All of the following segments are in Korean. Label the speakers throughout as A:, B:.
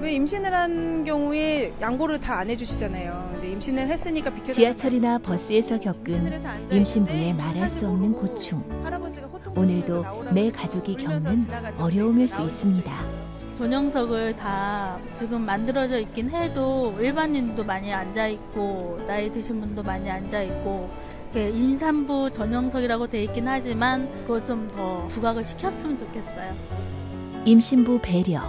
A: 왜 임신을 한 경우에 양보를 다 안 해주시잖아요. 근데 임신을 했으니까 비켜.
B: 지하철이나 버스에서 겪은 임신부의 말할 수 없는 고충. 오늘도 매 가족이 겪는 어려움일 수 있습니다.
C: 전용석을 다 지금 만들어져 있긴 해도 일반인도 많이 앉아 있고 나이 드신 분도 많이 앉아 있고 이렇게 임산부 전용석이라고 돼 있긴 하지만 그거 좀 더 부각을 시켰으면 좋겠어요.
B: 임신부 배려,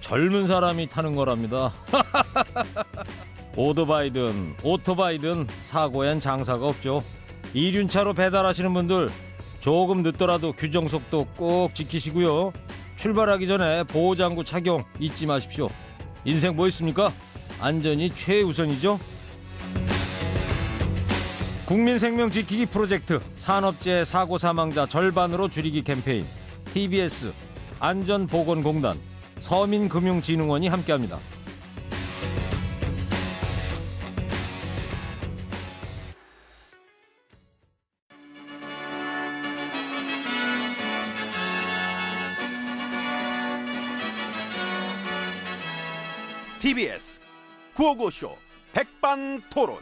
D: 젊은 사람이 타는 거랍니다 오토바이든 오토바이든 사고엔 장사가 없죠 이륜차로 배달하시는 분들 조금 늦더라도 규정 속도 꼭 지키시고요 출발하기 전에 보호장구 착용 잊지 마십시오 인생 뭐 있습니까? 안전이 최우선이죠 국민 생명 지키기 프로젝트 산업재해 사고 사망자 절반으로 줄이기 캠페인 TBS 안전보건공단 서민금융진흥원이 함께합니다.
E: TBS 구호고쇼 백반토론.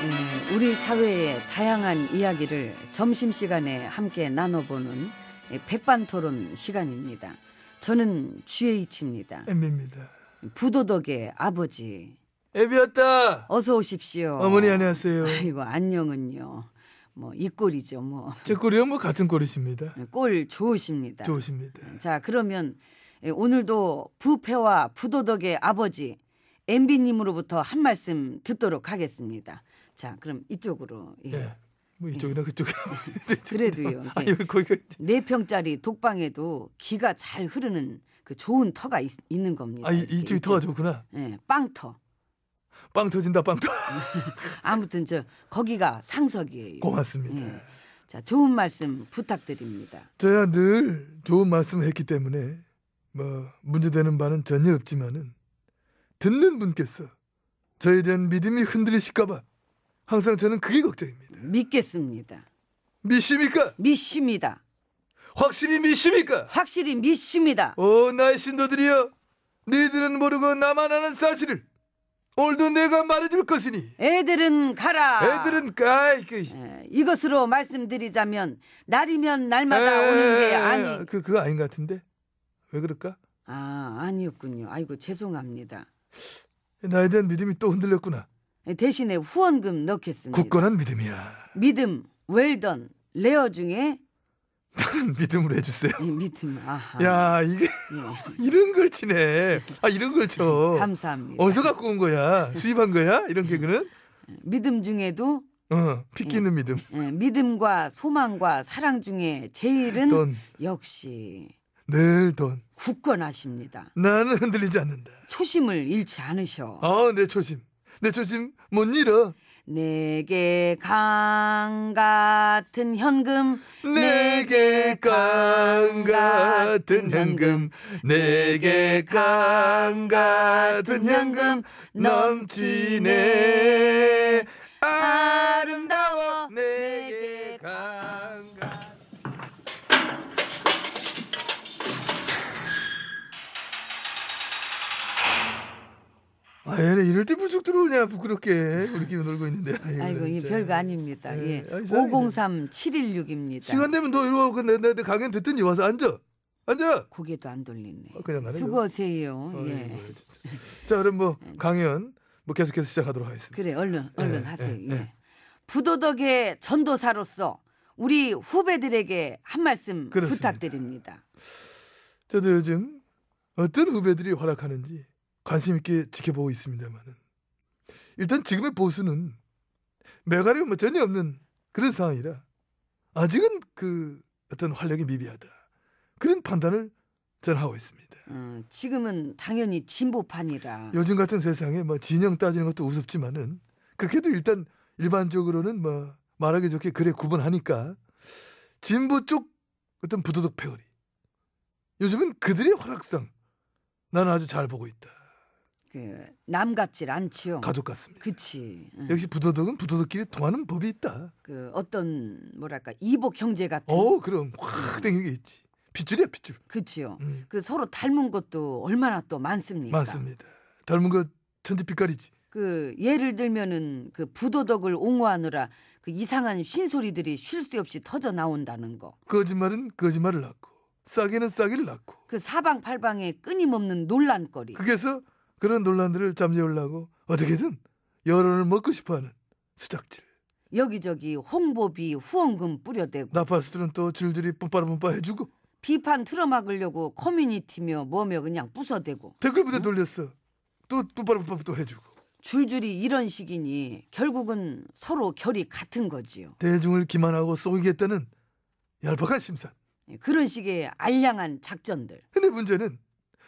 F: 네, 우리 사회의 다양한 이야기를 점심시간에 함께 나눠보는 백반토론 시간입니다. 저는 GH입니다.
G: 엠비입니다.
F: 부도덕의 아버지.
G: 애비였다.
F: 어서 오십시오.
G: 어머니 안녕하세요.
F: 아이고 안녕은요. 뭐 이 꼴이죠 뭐.
G: 제 꼴이요 뭐 같은 꼴이십니다.
F: 꼴 좋으십니다.
G: 좋으십니다.
F: 자 그러면 오늘도 부패와 부도덕의 아버지 엠비님으로부터 한 말씀 듣도록 하겠습니다. 자 그럼 이쪽으로. 예.
G: 예. 뭐 이쪽이나 그쪽이나.
F: 그래도요. 이게
G: 아니 왜 거기가
F: 네 평짜리 독방에도 기가 잘 흐르는 그 좋은 터가 있, 는 겁니다.
G: 아 이-
F: 이렇게,
G: 이쪽이
F: 예. 이렇게.
G: 터가 좋구나.
F: 예, 빵터.
G: 빵 터진다 빵 터.
F: 아무튼 저 거기가 상석이에요.
G: 고맙습니다.
F: 예. 자, 좋은 말씀 부탁드립니다.
G: 저야 늘 좋은 말씀을 했기 때문에 뭐 문제되는 바는 전혀 없지만은 듣는 분께서 저에 대한 믿음이 흔들리실까봐 항상 저는 그게 걱정입니다.
F: 믿겠습니다.
G: 믿습니까?
F: 믿습니다.
G: 확실히 믿습니까?
F: 확실히 믿습니다.
G: 오 어, 나의 신도들이여 너희들은 모르고 나만 아는 사실을 오늘도 내가 말해줄 것이니
F: 애들은 가라.
G: 애들은 까이 그
F: 예, 이것으로 말씀드리자면 날이면 날마다
G: 네.
F: 오는 게 아니.
G: 그 그거 아닌 것 같은데 왜 그럴까
F: 아, 아니었군요. 아이고 죄송합니다.
G: 나에 대한 믿음이 또 흔들렸구나
F: 예, 대신에 후원금 넣겠습니다.
G: 굳건한 믿음이야
F: 믿음, 웰던, 레어 중에
G: 믿음으로 해주세요
F: 이 예, 믿음. 아하.
G: 야 이게
F: 예,
G: 이런 걸 치네 아 이런 걸쳐
F: 감사합니다.
G: 어디서 갖고 온 거야 수입한 거야 이런 개그는
F: 믿음 중에도
G: 어 피끼는 믿음
F: 예, 믿음과 소망과 사랑 중에 제일은 역시
G: 돈 늘 돈
F: 굳건하십니다.
G: 나는 흔들리지 않는다
F: 초심을 잃지 않으셔.
G: 아 내 초심 내 초심 못 잃어
F: 내게 강 같은 현금
G: 내게 강 같은 현금 내게 강 같은 현금 넘치네 아름다워 내게 강 같은 아, 얘네 이럴 때 부쩍 들어오냐 부끄럽게 우리끼리 놀고 있는데 아이고,
F: 아이고 이
G: 진짜.
F: 별거 아닙니다. 예.
G: 예, 아, 이상하네.
F: 503 716입니다.
G: 시간 되면 너 이리 와. 그 내, 내, 내 강연 듣더니 와서 앉아. 앉아.
F: 고개도 안 돌리네.
G: 어, 그냥 어, 가네,
F: 수고하세요.
G: 그럼.
F: 예. 음.
G: 아이고, 진짜. 자, 그럼 뭐 강연 뭐 계속해서 시작하도록 하겠습니다.
F: 그래 얼른 얼른
G: 예,
F: 하세요.
G: 예,
F: 예.
G: 예.
F: 부도덕의 전도사로서 우리 후배들에게 한 말씀
G: 그렇습니다.
F: 부탁드립니다.
G: 저도 요즘 어떤 후배들이 활약하는지 관심 있게 지켜보고 있습니다만은 일단 지금의 보수는 매가리가 뭐 전혀 없는 그런 상황이라 아직은 그 어떤 활력이 미비하다. 그런 판단을 저는 하고 있습니다.
F: 어, 지금은 당연히 진보판이라
G: 요즘 같은 세상에 뭐 진영 따지는 것도 우습지만은 그래도 일단 일반적으로는 뭐 말하기 좋게 그래 구분하니까 진보 쪽 어떤 부도덕 패거리 요즘은 그들의 활약상 나는 아주 잘 보고 있다
F: 그, 남 같질 않지요.
G: 가족 같습니다
F: 그치. 응.
G: 역시 부도덕은 부도덕끼리 통하는 법이 있다
F: 그 어떤 뭐랄까 이복 형제 같은.
G: 어 그럼 확 땡기는 게 있지 핏줄이야 핏줄
F: 그치요.
G: 음,
F: 그 서로 닮은 것도 얼마나 또 많습니까?
G: 맞습니다 닮은 거 천지빛깔이지
F: 그 예를 들면은 그 부도덕을 옹호하느라 그 이상한 쉰소리들이 쉴 새 없이 터져 나온다는 거.
G: 거짓말은 거짓말을 낳고 싸게는 싸기를 낳고
F: 그 사방팔방에 끊임없는 논란거리.
G: 그래서 그런 논란들을 잠재우려고 어떻게든 여론을 먹고 싶어하는 수작질.
F: 여기저기 홍보비 후원금 뿌려대고
G: 나팔수들은 또 줄줄이 뿜빠라뿜빠 해주고
F: 비판 틀어막으려고 커뮤니티며 뭐며 그냥 부숴대고
G: 댓글 부대 돌렸어. 또 뿜빠라뿜빠 또 해주고
F: 줄줄이 이런 식이니 결국은 서로 결이 같은 거지요.
G: 대중을 기만하고 속이겠다는 얄팍한 심산.
F: 예, 그런 식의 알량한 작전들.
G: 근데 문제는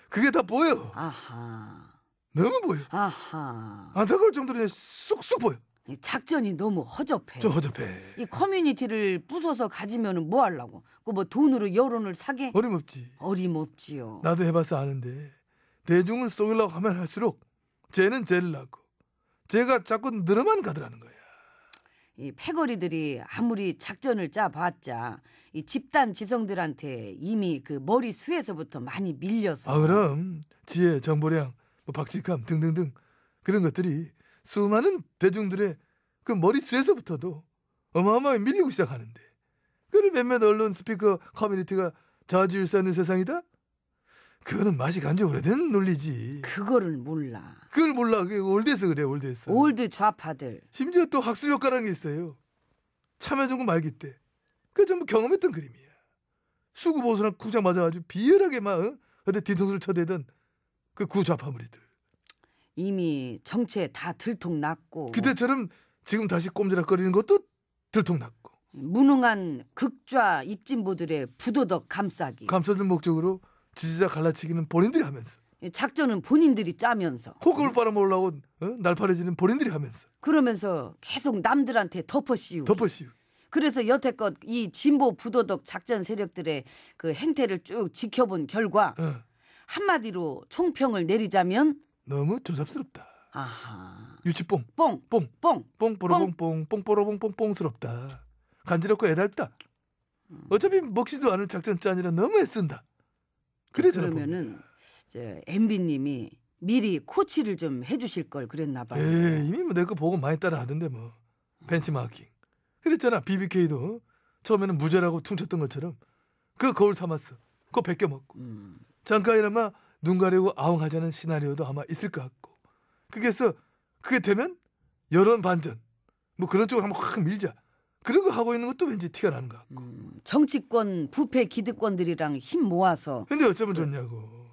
G: 그게 다 보여.
F: 아하.
G: 너무 보여.
F: 아하.
G: 안타까울 정도로 그냥 쑥쑥 보여.
F: 이 작전이 너무 허접해.
G: 저 허접해.
F: 이 커뮤니티를 부숴서 가지면은 뭐 하려고? 그 뭐 돈으로 여론을 사게?
G: 어림없지.
F: 어림없지요.
G: 나도 해봐서 아는데 대중을 속이려고 하면 할수록 쟤는 쟤를 낳고 쟤가 자꾸 늘어만 가더라는 거야.
F: 이 패거리들이 아무리 작전을 짜봤자 이 집단 지성들한테 이미 그 머리 수에서부터 많이 밀려서
G: 아 그럼 지혜, 정보량, 뭐 박직함 등등등 그런 것들이 수많은 대중들의 그 머릿수에서부터도 어마어마하게 밀리고 시작하는데 그걸 몇몇 언론 스피커 커뮤니티가 좌지우지하는 세상이다? 그거는 맛이 간지 오래된 논리지.
F: 그거를 몰라.
G: 그걸 몰라. 그게 올드에서 그래 올드에서.
F: 올드 좌파들
G: 심지어 또 학습 효과라는 게 있어요. 참여정부 말기 때. 그 전부 경험했던 그림이야. 수구 보수랑 쿵짝 맞아가지고 비열하게 막 어? 그때 뒤통수를 쳐대던 그 구좌파무리들.
F: 이미 정체에 다 들통났고
G: 그때처럼 지금 다시 꼼지락거리는 것도 들통났고
F: 무능한 극좌 입진보들의 부도덕 감싸기
G: 감싸줄 목적으로 지지자 갈라치기는 본인들이 하면서
F: 작전은 본인들이 짜면서
G: 호흡을 빨아먹으려고 어? 날파래지는 본인들이 하면서
F: 그러면서 계속 남들한테 덮어씌우고
G: 덮어씌우.
F: 그래서 여태껏 이 진보 부도덕 작전 세력들의 그 행태를 쭉 지켜본 결과
G: 어.
F: 한마디로 총평을 내리자면
G: 너무 조잡스럽다.
F: 아하
G: 유치뽕
F: 뽕
G: 뽕.
F: 뽕.
G: 뽕뽀로뽕뽕 뽕뽀로뽕뽕뽕스럽다 간지럽고 애달다 어차피 먹지도 않을 작전 짠이라 너무 애쓴다 그래 저는
F: 그러면은 이제 엠비님이 미리 코치를 좀 해주실 걸 그랬나 봐요.
G: 에 이미 뭐 내 거 보고 많이 따라 하던데 뭐 벤치마킹 그랬잖아 BBK도 처음에는 무죄라고 퉁쳤던 것처럼 그 거울 삼았어 그거 베껴 먹고
F: 음,
G: 잠깐이나마 눈 가리고 아웅하자는 시나리오도 아마 있을 것 같고 그래서 그게 되면 여론 반전 뭐 그런 쪽으로 한번 확 밀자 그런 거 하고 있는 것도 왠지 티가 나는 것 같고
F: 음, 정치권 부패 기득권들이랑 힘 모아서
G: 근데 어쩌면 좋냐고.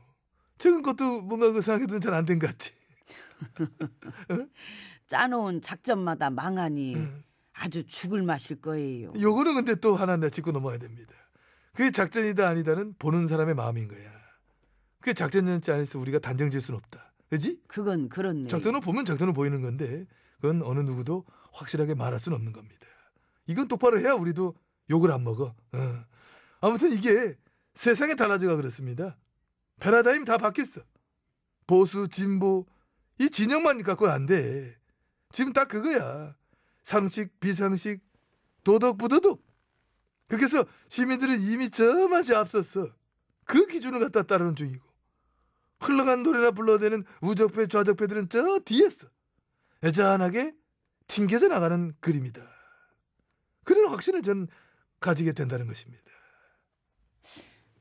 G: 최근 것도 뭔가 그 생각해도 잘 안 된 것 같지.
F: 짜놓은 작전마다 망하니
G: 응.
F: 아주 죽을 맛일 거예요.
G: 예. 요거는 근데 또 하나 내가 짚고 넘어야 됩니다. 그게 작전이다 아니다는 보는 사람의 마음인 거야. 그게 작전이었지 않아서 우리가 단정 지을 수는 없다. 그지?
F: 그건 그렇네요.
G: 작전은 보면 작전은 보이는 건데 그건 어느 누구도 확실하게 말할 수는 없는 겁니다. 이건 똑바로 해야 우리도 욕을 안 먹어. 어. 아무튼 이게 세상의 달라져가 그렇습니다. 패러다임 다 바뀌었어. 보수 진보 이 진영만 갖고는 안 돼. 지금 딱 그거야. 상식 비상식 도덕 부도덕. 그래서 시민들은 이미 저 맛이 앞섰어. 그 기준을 갖다 따르는 중이고. 흘러간 노래나 불러대는 우적배 좌적배들은 저 뒤에서 애잔하게 튕겨져 나가는 그림이다. 그런 확신을 전 가지게 된다는 것입니다.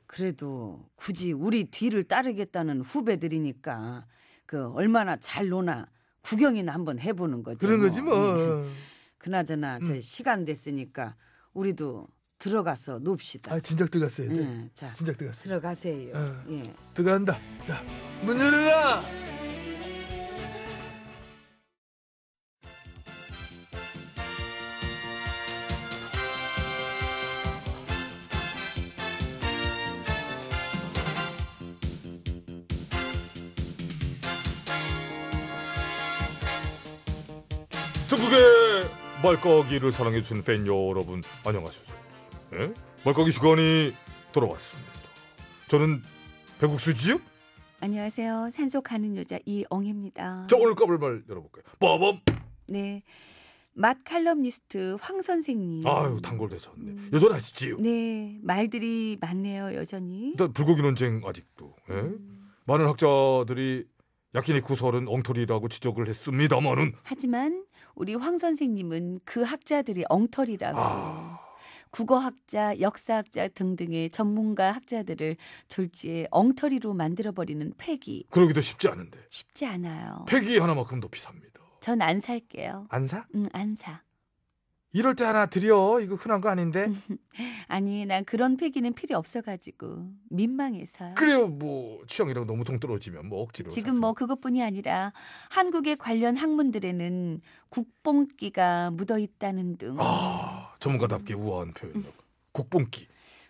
F: 그래도 굳이 우리 뒤를 따르겠다는 후배들이니까 그 얼마나 잘 노나 구경이나 한번 해보는 거죠.
G: 그런 거지
F: 음.
G: 뭐.
F: 그나저나 저
G: 음.
F: 시간 됐으니까 우리도 들어가서 놉시다.
G: 아 진작 들어갔어야 돼.
F: 예, 자
G: 진작 들어갔어.
F: 들어가세요.
G: 어.
F: 예.
G: 들어간다. 자, 문 열어라. 전국의 말까기를 사랑해주신 팬 여러분 안녕하십니까 예? 말까기 시간이 돌아왔습니다 저는 배국수지요
F: 안녕하세요. 산소 가는 여자 이엉입니다.
G: 자 오늘 까불 말 열어볼까요 빠밤
F: 네. 맛 칼럼니스트 황 선생님. 음.
G: 아유 단골 되셨네 여전히 아시지요
F: 네. 말들이 많네요, 여전히.
G: 일단 불고기 논쟁 아직도 예? 많은 학자들이 야키니쿠 설은 엉터리라고 지적을 했습니다마는
F: 하지만 우리 황 선생님은 그 학자들이 엉터리라고
G: 아.
F: 국어학자, 역사학자 등등의 전문가 학자들을 졸지에 엉터리로 만들어버리는 폐기
G: 그러기도 쉽지 않은데
F: 쉽지 않아요.
G: 폐기 하나만큼 더 비쌉니다
F: 전 안 살게요.
G: 안 사?
F: 응, 안 사.
G: 이럴 때 하나 드려 이거 흔한 거 아닌데
F: 아니, 난 그런 폐기는 필요 없어가지고 민망해서요.
G: 그래요 뭐 취향이랑 너무 동떨어지면 뭐 억지로
F: 지금 뭐 그것뿐이 아니라 한국의 관련 학문들에는 국뽕기가 묻어 있다는 등
G: 아 전문가답게 우아한 표현 국뽕기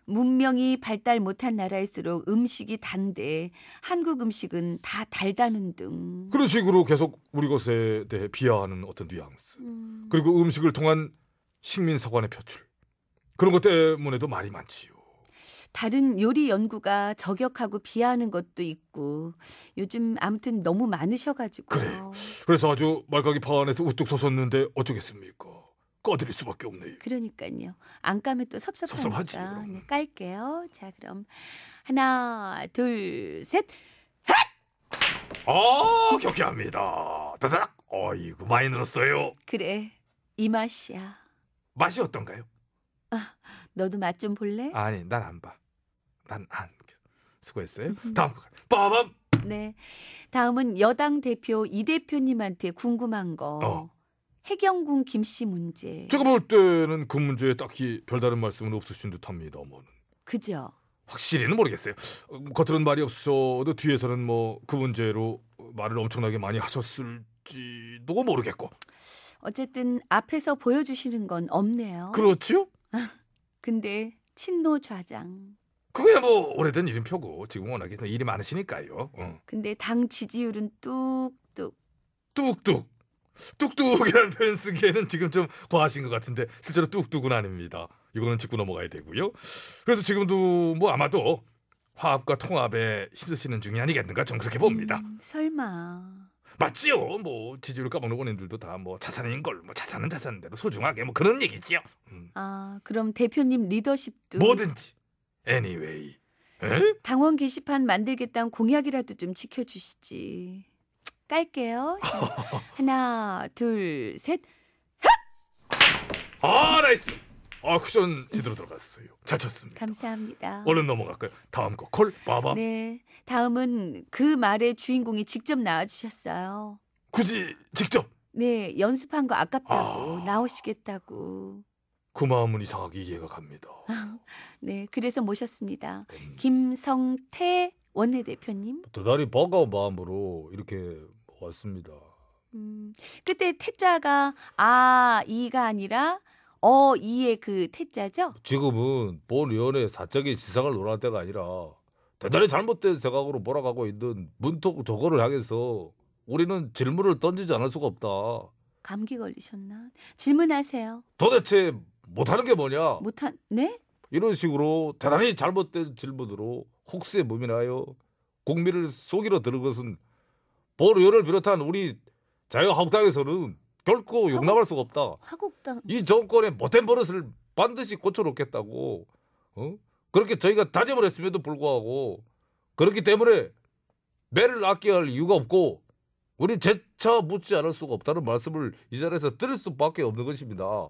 F: 문명이 발달 못한 나라일수록 음식이 단데 한국 음식은 다 달다는 등
G: 그런 식으로 계속 우리 것에 대해 비하하는 어떤 뉘앙스
F: 음,
G: 그리고 음식을 통한 식민 사관의 표출 그런 것 때문에도 말이 많지요
F: 다른 요리 연구가 저격하고 비하하는 것도 있고 요즘 아무튼 너무 많으셔가지고
G: 그래요. 그래서 아주 말가기 파안에서 우뚝 서섰는데 어쩌겠습니까 꺼드릴 수밖에 없네요
F: 그러니까요. 안 까면 또
G: 섭섭하지,
F: 섭섭하니까
G: 그럼.
F: 네, 깔게요. 자 그럼 하나 둘 셋.
G: 아 경쾌합니다 다닥 어이구 많이 늘었어요
F: 그래 이 맛이야.
G: 맛이 어떤가요?
F: 너도 맛 좀 볼래?
G: 아니 난 안 봐. 난 안. 수고했어요.
F: 음흠.
G: 다음 거. 빠밤.
F: 네. 다음은 여당 대표 이 대표님한테 궁금한 거.
G: 어.
F: 해경군 김씨 문제.
G: 제가 볼 때는 그 문제에 딱히 별다른 말씀은 없으신 듯합니다만
F: 그죠?
G: 확실히는 모르겠어요. 어, 겉으로는 말이 없어도 뒤에서는 뭐 그 문제로 말을 엄청나게 많이 하셨을지도 모르겠고
F: 어쨌든 앞에서 보여주시는 건 없네요.
G: 그렇지요?
F: 근데 친노 좌장.
G: 그게 뭐 오래된 이름표고 지금 워낙에 일이 많으시니까요. 어.
F: 근데 당 지지율은 뚝뚝.
G: 뚝뚝 뚝뚝이라는 표현 쓰기에는 지금 좀 과하신 것 같은데 실제로 뚝뚝은 아닙니다. 이거는 짚고 넘어가야 되고요. 그래서 지금도 뭐 아마도 화합과 통합에 힘쓰시는 중이 아니겠는가 저는 그렇게 봅니다.
F: 음, 설마.
G: 맞지요? 뭐 지지율 까먹는 원인들도 다 뭐 자산인 걸 뭐 자산은 자산대로 소중하게 뭐 그런 얘기지요. 음,
F: 아 그럼 대표님 리더십도.
G: 뭐든지 anyway. 에?
F: 당원 게시판 만들겠다는 공약이라도 좀 지켜주시지. 깔게요. 자, 하나, 둘, 셋.
G: 아 나이스. 아 쿠션 지대로 들어갔어요. 잘 쳤습니다.
F: 감사합니다.
G: 얼른 넘어갈까요? 다음 거콜 빠밤.
F: 네, 다음은 그 말의 주인공이 직접 나와주셨어요.
G: 굳이 직접
F: 네, 연습한 거 아깝다고 나오시겠다고.
G: 그 마음은 이상하게 이해가 갑니다. 음.
F: 네, 그래서 모셨습니다. 김성태 원내대표님.
G: 도다리 버거운 마음으로 이렇게 왔습니다.
F: 음, 그때 태자가 아 이가 아니라 어 이의 그 태자죠?
H: 지금은 본 의원의 사적인 시상을 논할 때가 아니라 대단히 잘못된 생각으로 몰아가고 있는 문턱 저거를 향해서 우리는 질문을 던지지 않을 수가 없다.
F: 감기 걸리셨나? 질문하세요.
H: 도대체 못하는 게 뭐냐?
F: 못한 네?
H: 이런 식으로 대단히 잘못된 질문으로 혹세 무민하여 국민을 속이려 드는 것은 본 의원을 비롯한 우리 자유한국당에서는 결코 용납할 수가 없다.
F: 하곡당
G: 예.
H: 이 정권의 못된 버릇을 반드시 고쳐놓겠다고 어? 그렇게 저희가 다짐을 했음에도 불구하고 그렇기 때문에 매를 아껴야 할 이유가 없고 우리 재차 묻지 않을 수가 없다는 말씀을 이 자리에서 들을 수밖에 없는 것입니다.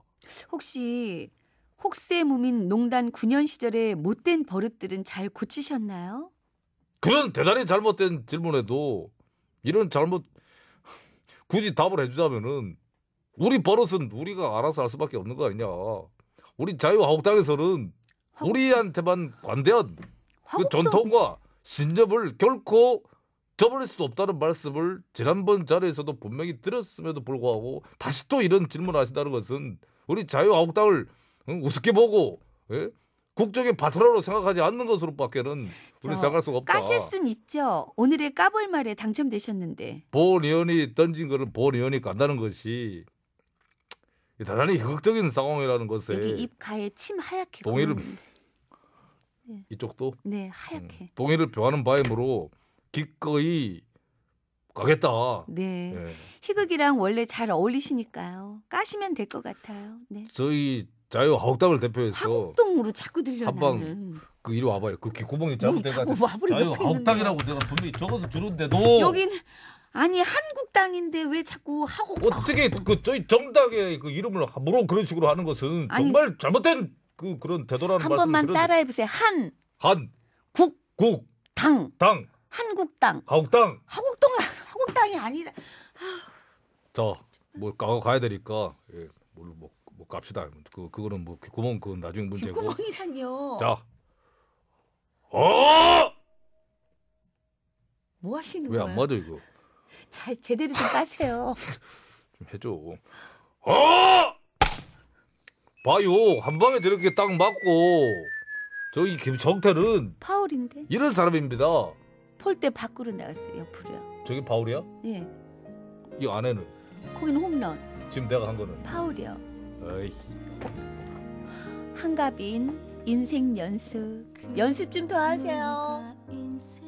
F: 혹시 혹세 무민 농단 9년 시절의 못된 버릇들은 잘 고치셨나요?
H: 그런 대단히 잘못된 질문에도 이런 잘못 굳이 답을 해주자면은 우리 버릇은 우리가 알아서 할 수밖에 없는 거 아니냐. 우리 자유한국당에서는 우리한테만 관대한 그 전통과 신념을 결코 저버릴 수 없다는 말씀을 지난번 자리에서도 분명히 드렸음에도 불구하고 다시 또 이런 질문하신다는 것은 우리 자유한국당을 응, 우습게 보고 예? 국정의 바트라로 생각하지 않는 것으로밖에는
F: 저,
H: 우리 생각할 수가 없다.
F: 까실 순 있죠. 오늘의 까볼 말에 당첨되셨는데
H: 본 의원이 던진 거를 본 의원이 간다는 것이
G: 이 대단히 극적인 상황이라는 것에
F: 여기 입 가에 침 하얗게
G: 네. 동의를
F: 고였는데.
G: 이쪽도
H: 음,
F: 네 하얗게
G: 동의를 표하는 바이므로 기꺼이 가겠다.
F: 네
G: 예.
F: 희극이랑 원래 잘 어울리시니까요 까시면 될 것 같아요 네
G: 저희 자유한국당을 대표해서
F: 똥으로 자꾸 들려
G: 한방
F: 나는
G: 그 이리 와봐요. 그 귓구멍이 잘못돼가지고
F: 뭐 자꾸 와버리 옆에
G: 자유한국당이라고 내가 분명히 적어서 주는데도
F: 여긴 아니 한국당인데 왜 자꾸 하고
G: 어떻게 그 저희 정당의 그 이름을 함부로 그런 식으로 하는 것은
F: 아니,
G: 정말 잘못된 그 그런
F: 한
G: 대도라는 말씀을
F: 번만
G: 드렸는데.
F: 따라해 보세요 한
G: 한,
F: 국,
G: 국,
F: 당,
G: 당,
F: 한국당
G: 한국당.
F: 한국당 한국당이 아니라
G: 자, 뭐 가, 가야 되니까 예, 뭘로 뭐, 뭐 갑시다. 그 그거는 뭐 구멍 그건 나중에 문제고.
F: 구멍이라뇨
G: 자, 어!
F: 뭐 하시는
G: 왜
F: 거예요
G: 안 맞아 이거?
F: 잘 제대로 좀 까세요
G: 좀 해줘. 어! 봐요, 한 방에 저렇게 딱 맞고 저희 김정태는
F: 파울인데
G: 이런 사람입니다.
F: 폴대 밖으로 나갔어요 옆으로요
G: 저기 바울이야?
F: 예
G: 이 아내는
F: 거기는 홈런
G: 지금 내가 한 거는.
F: 파울이요
G: 에이,
F: 한가빈 인생 연습 연습 좀 더 하세요.